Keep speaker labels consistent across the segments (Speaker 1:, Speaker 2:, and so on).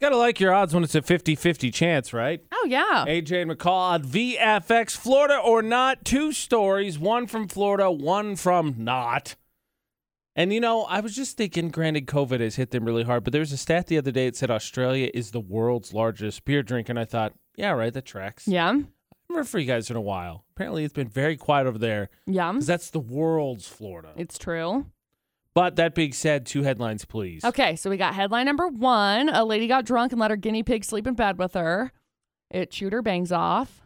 Speaker 1: Gotta like your odds when it's a 50 50 chance, right?
Speaker 2: Oh, yeah.
Speaker 1: AJ and McCall on VFX, Florida or not. Two stories, one from Florida, one from not. And you know, I was just thinking, granted, COVID has hit them really hard, but there was a stat the other day that said Australia is the world's largest beer drinker. And I thought, yeah, right, that tracks.
Speaker 2: Yeah.
Speaker 1: I haven't heard from you guys in a while. Apparently, it's been very quiet over there
Speaker 2: Yeah.
Speaker 1: because that's the world's Florida.
Speaker 2: It's true.
Speaker 1: But that being said, two headlines, please.
Speaker 2: Okay, so we got headline number one A lady got drunk and let her guinea pig sleep in bed with her. It chewed her bangs off.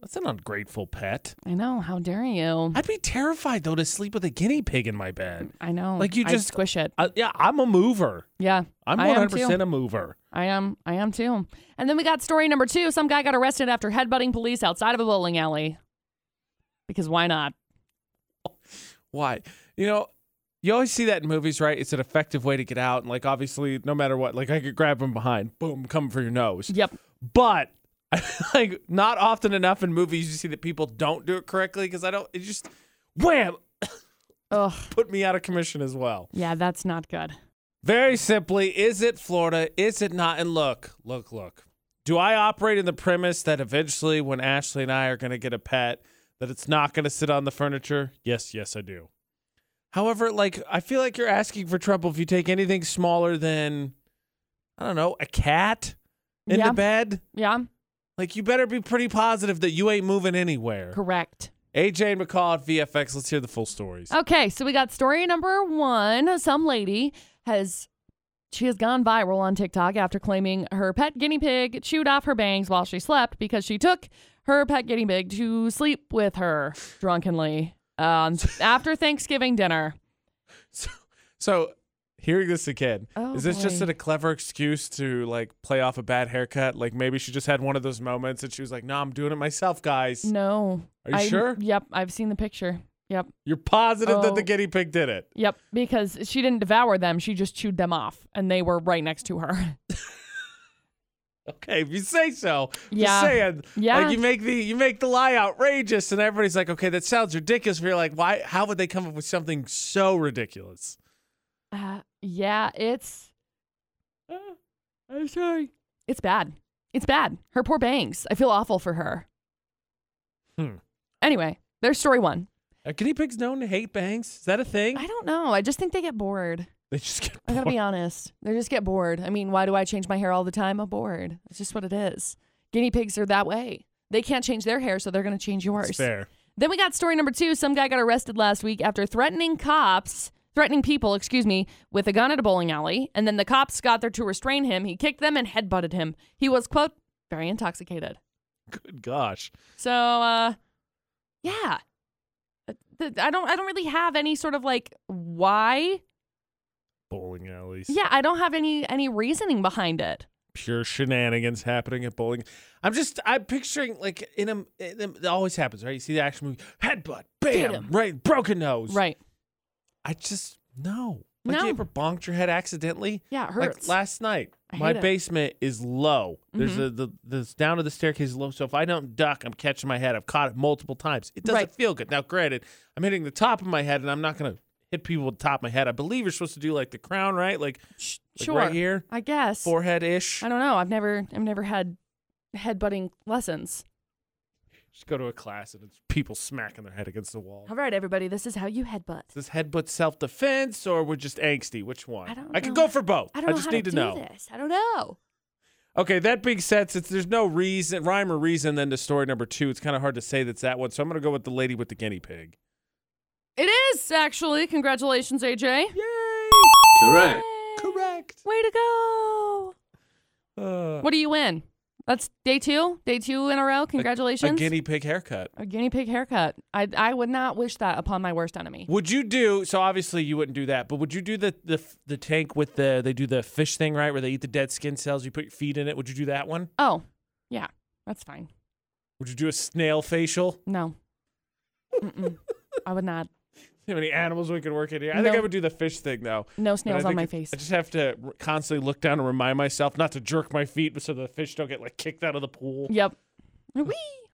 Speaker 1: That's an ungrateful pet.
Speaker 2: I know. How dare you?
Speaker 1: I'd be terrified though to sleep with a guinea pig in my bed.
Speaker 2: I know.
Speaker 1: Like you
Speaker 2: I'd
Speaker 1: just-
Speaker 2: squish it.
Speaker 1: Uh, yeah, I'm a mover.
Speaker 2: Yeah.
Speaker 1: I'm
Speaker 2: I am
Speaker 1: 100
Speaker 2: too.
Speaker 1: percent a mover.
Speaker 2: I am. I am too. And then we got story number two. Some guy got arrested after headbutting police outside of a bowling alley. Because why not?
Speaker 1: Why? You know, you always see that in movies, right? It's an effective way to get out, and like obviously, no matter what, like I could grab him behind, boom, come for your nose.
Speaker 2: Yep.
Speaker 1: But like, not often enough in movies you see that people don't do it correctly because I don't. It just wham
Speaker 2: Ugh.
Speaker 1: put me out of commission as well.
Speaker 2: Yeah, that's not good.
Speaker 1: Very simply, is it Florida? Is it not? And look, look, look. Do I operate in the premise that eventually, when Ashley and I are going to get a pet, that it's not going to sit on the furniture? Yes, yes, I do. However, like, I feel like you're asking for trouble if you take anything smaller than, I don't know, a cat into
Speaker 2: Yeah.
Speaker 1: bed.
Speaker 2: Yeah.
Speaker 1: Like, you better be pretty positive that you ain't moving anywhere.
Speaker 2: Correct.
Speaker 1: AJ and McCall at VFX, let's hear the full stories.
Speaker 2: Okay, so we got story number one. Some lady has she has gone viral on TikTok after claiming her pet guinea pig chewed off her bangs while she slept because she took her pet guinea pig to sleep with her drunkenly um, after Thanksgiving dinner.
Speaker 1: So, so hearing this again,
Speaker 2: Oh,
Speaker 1: is this just
Speaker 2: boy.
Speaker 1: a clever excuse to like play off a bad haircut? Like maybe she just had one of those moments and she was like, "No, I'm doing it myself, guys."
Speaker 2: No,
Speaker 1: Are you
Speaker 2: I-
Speaker 1: sure?
Speaker 2: Yep, I've seen the picture. Yep,
Speaker 1: You're positive that the
Speaker 2: Oh.
Speaker 1: guinea pig did it.
Speaker 2: yep, because she didn't devour them; she just chewed them off, and they were right next to her.
Speaker 1: Okay, if you say so.
Speaker 2: Yeah.
Speaker 1: Just saying.
Speaker 2: Yeah.
Speaker 1: Like you make the you make the lie outrageous, and everybody's like, "Okay, that sounds ridiculous." But you're like, "Why? How would they come up with something so ridiculous?"
Speaker 2: Uh, yeah, it's. I'm sorry. It's bad. It's bad. Her poor bangs. I feel awful for her.
Speaker 1: Hmm.
Speaker 2: Anyway, there's story one.
Speaker 1: Are guinea pigs known to hate bangs? Is that a thing?
Speaker 2: I don't know. I just think they get bored.
Speaker 1: they just get.
Speaker 2: I gotta
Speaker 1: bored.
Speaker 2: be honest. They just get bored. I mean, why do I change my hair all the time? I'm bored. It's just what it is. Guinea pigs are that way. They can't change their hair, so they're gonna change yours.
Speaker 1: It's fair.
Speaker 2: Then we got story number two. Some guy got arrested last week after threatening cops, threatening people, excuse me, with a gun at a bowling alley. And then the cops got there to restrain him. He kicked them and headbutted him. He was, quote, very intoxicated.
Speaker 1: Good gosh.
Speaker 2: So, uh, yeah. Uh, Th- I don't. I don't really have any sort of like why.
Speaker 1: Bowling alleys.
Speaker 2: Yeah, I don't have any any reasoning behind it.
Speaker 1: pure shenanigans happening at bowling. I'm just I'm picturing like in a in a- it always happens, right? You see the action movie, headbutt,
Speaker 2: Hit
Speaker 1: bam,
Speaker 2: him.
Speaker 1: right, broken nose.
Speaker 2: Right.
Speaker 1: I just no. Like
Speaker 2: No.
Speaker 1: you ever bonked your head accidentally?
Speaker 2: Yeah, it
Speaker 1: Like
Speaker 2: hurts.
Speaker 1: last night,
Speaker 2: I
Speaker 1: my
Speaker 2: hate it.
Speaker 1: basement is low. There's
Speaker 2: Mhm.
Speaker 1: a, the the down of the staircase is low, so if I don't duck, I'm catching my head. I've caught it multiple times. It doesn't
Speaker 2: Right.
Speaker 1: feel good. Now, granted, I'm hitting the top of my head, and I'm not gonna hit people with the top of my head. I believe you're supposed to do like the crown, right? Like,
Speaker 2: Sh-
Speaker 1: like
Speaker 2: sure.
Speaker 1: right here,
Speaker 2: I guess.
Speaker 1: forehead ish.
Speaker 2: I don't know. I've never. I've never had headbutting lessons.
Speaker 1: Just go to a class and it's people smacking their head against the wall.
Speaker 2: All right, everybody, this is how you headbutt.
Speaker 1: Is this headbutt self defense or we're just angsty? Which one?
Speaker 2: I don't
Speaker 1: I could
Speaker 2: know.
Speaker 1: go for both.
Speaker 2: I don't know
Speaker 1: just
Speaker 2: how
Speaker 1: need
Speaker 2: to,
Speaker 1: to,
Speaker 2: do
Speaker 1: know.
Speaker 2: this. I don't know.
Speaker 1: Okay, that being said, since there's no reason, rhyme or reason, then to story number two, it's kind of hard to say that's that one. So I'm going to go with the lady with the guinea pig.
Speaker 2: It is actually. Congratulations, AJ.
Speaker 1: Yay!
Speaker 3: Correct.
Speaker 1: Correct.
Speaker 2: Way to go.
Speaker 1: Uh,
Speaker 2: What do you win? That's day two. Day two in a row.
Speaker 1: Uh, a
Speaker 2: Congratulations.
Speaker 1: guinea pig haircut.
Speaker 2: A guinea pig haircut. I I would not wish that upon my worst enemy.
Speaker 1: Would you do so? Obviously, you wouldn't do that, but would you do the the the tank with the they do the fish thing right, where they eat the dead skin cells? You put your feet in it. Would you do that one?
Speaker 2: Oh, yeah, that's fine.
Speaker 1: Would you do a snail facial?
Speaker 2: No, Mm-mm. I would not.
Speaker 1: How many animals we could work in here? I think
Speaker 2: No.
Speaker 1: I would do the fish thing though. But
Speaker 2: No
Speaker 1: I
Speaker 2: snails on
Speaker 1: think
Speaker 2: my
Speaker 1: it-
Speaker 2: face.
Speaker 1: I just have to r- constantly look down and remind myself not to jerk my feet so the fish don't get like kicked out of the pool.
Speaker 2: Yep. Whee!